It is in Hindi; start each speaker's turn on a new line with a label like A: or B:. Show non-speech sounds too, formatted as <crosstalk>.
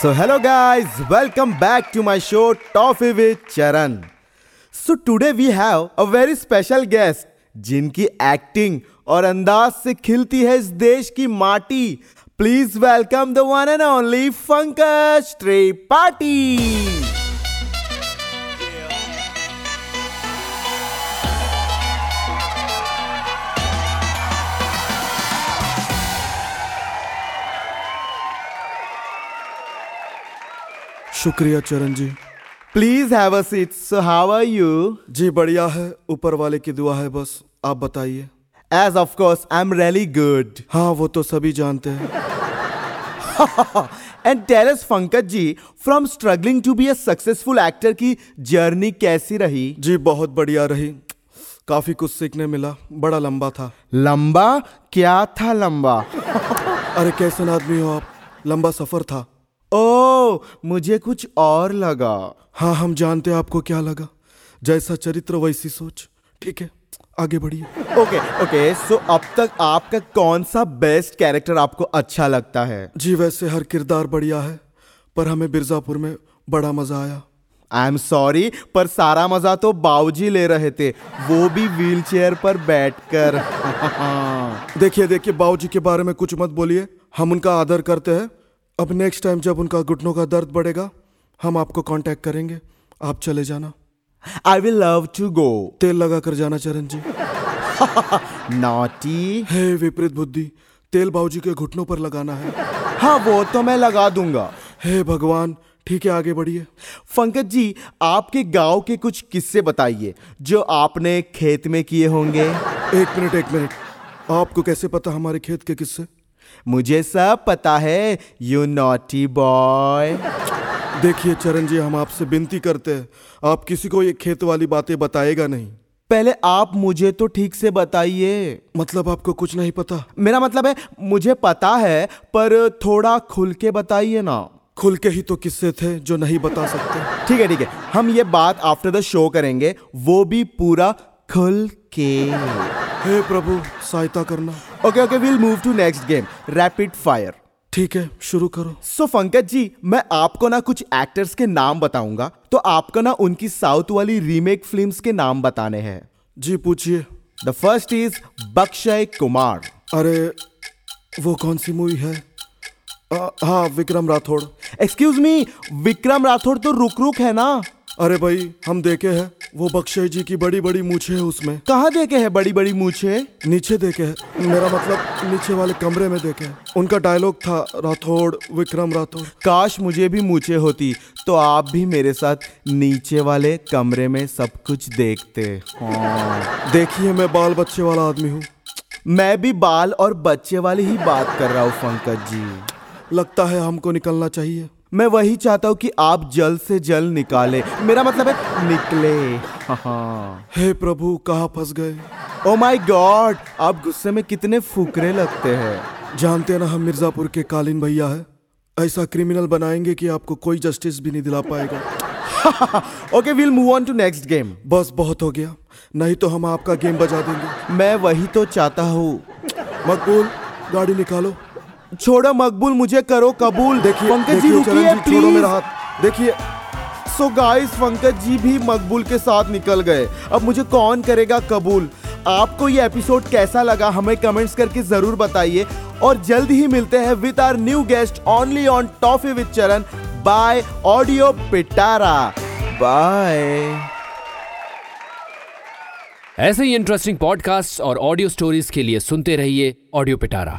A: So hello guys welcome back to my show toffee with Charan so today we have a very special guest जिनकी एक्टिंग और अंदाज से खिलती है इस देश की माटी please welcome the one and only Pankaj Tripathi
B: शुक्रिया Charan ji
A: please have a seat so how are you
B: जी बढ़िया है ऊपर वाले की दुआ है बस आप बताइए
A: as of course I am really good
B: हाँ वो तो सभी जानते हैं
A: <laughs> and tell us Pankaj ji from struggling to be a successful actor की जर्नी कैसी रही
B: जी बहुत बढ़िया रही काफी कुछ सीखने मिला बड़ा लंबा था
A: लंबा क्या था लंबा
B: अरे कैसे आदमी हो आप लंबा सफर था
A: ओ Oh, मुझे कुछ और लगा
B: हाँ हम जानते हैं आपको क्या लगा जैसा चरित्र वैसी सोच ठीक है आगे बढ़िए
A: ओके ओके सो अब तक आपका कौन सा बेस्ट कैरेक्टर आपको अच्छा लगता है
B: जी वैसे हर किरदार बढ़िया है पर हमें बिरजापुर में बड़ा मजा आया
A: आई एम सॉरी पर सारा मजा तो बाबूजी ले रहे थे वो भी व्हील चेयर पर बैठकर
B: देखिए देखिए बाबू जी के बारे में कुछ मत बोलिए हम उनका आदर करते हैं अब नेक्स्ट टाइम जब उनका घुटनों का दर्द बढ़ेगा हम आपको कांटेक्ट करेंगे आप चले जाना
A: I will love to go
B: तेल लगा कर जाना चरण जी
A: नॉटी
B: हे विपरीत बुद्धि तेल बाबूजी के घुटनों पर लगाना है
A: हाँ वो तो मैं लगा दूंगा
B: हे भगवान ठीक है आगे बढ़िए
A: पंकज जी आपके गांव के कुछ किस्से बताइए जो आपने खेत में किए होंगे
B: एक मिनट एक मिनट आपको कैसे पता हमारे खेत के किस्से
A: मुझे सब पता है यू नॉटी बॉय
B: देखिए चरण जी हम आपसे विनती करते हैं आप किसी को ये खेत वाली बातें बताएगा नहीं
A: पहले आप मुझे तो ठीक से बताइए
B: मतलब आपको कुछ नहीं पता
A: मेरा मतलब है मुझे पता है पर थोड़ा खुल के बताइए ना
B: खुल के ही तो किस्से थे जो नहीं बता सकते
A: ठीक है ठीक है हम ये बात आफ्टर द शो करेंगे वो भी पूरा खुल के
B: हे प्रभु सहायता करना
A: okay okay will move to next game rapid fire
B: ठीक है शुरू करो
A: सो पंकज जी मैं आपको ना कुछ एक्टर्स के नाम बताऊंगा तो आपको ना उनकी साउथ वाली रीमेक फिल्म्स के नाम बताने हैं
B: जी पूछिए
A: the first is Bakshay Kumar
B: अरे वो कौन सी मूवी है आ, हाँ विक्रम राठौड़
A: एक्सक्यूज मी विक्रम राठौड़ तो रुक रुक है ना
B: अरे भाई हम देखे हैं वो बख्शे जी की बड़ी बड़ी मूछे है उसमें
A: कहाँ देखे हैं बड़ी बड़ी मूछे
B: नीचे देखे हैं मेरा मतलब नीचे वाले कमरे में देखे हैं उनका डायलॉग था राठौड़ विक्रम राठौड़
A: काश मुझे भी मूछे होती तो आप भी मेरे साथ नीचे वाले कमरे में सब कुछ देखते हाँ।
B: देखिए मैं बाल बच्चे वाला आदमी हूँ
A: मैं भी बाल और बच्चे वाली ही बात कर रहा हूँ पंकज जी
B: लगता है हमको निकलना चाहिए
A: मैं वही चाहता हूँ कि आप जल्द से जल्द निकाले मेरा मतलब है निकले
B: हे प्रभु कहाँ फंस गए
A: ओ माय गॉड Oh आप गुस्से में कितने फुकरे लगते हैं
B: जानते हैं ना हम मिर्जापुर के कालीन भैया है ऐसा क्रिमिनल बनाएंगे कि आपको कोई जस्टिस भी नहीं दिला पाएगा
A: okay will move on to next game
B: बस बहुत हो गया नहीं तो हम आपका गेम बजा देंगे
A: मैं वही तो चाहता हूँ
B: मकबूल गाड़ी निकालो
A: छोड़ो मकबूल मुझे करो कबूल
B: देखिए
A: पंकज जी
B: देखिए
A: रुकिए
B: चरण जी, छोड़ो
A: प्लीज
B: मेरा हाथ देखिए
A: सो गाइस पंकज जी भी मकबूल के साथ निकल गए अब मुझे कौन करेगा कबूल आपको ये एपिसोड कैसा लगा हमें कमेंट्स करके जरूर बताइए और जल्द ही मिलते हैं with our new guest only on Toffee with Charan by audio Pitara bye
C: ऐसे ही इंटरेस्टिंग पॉडकास्ट और ऑडियो स्टोरीज के लिए सुनते रहिए ऑडियो पिटारा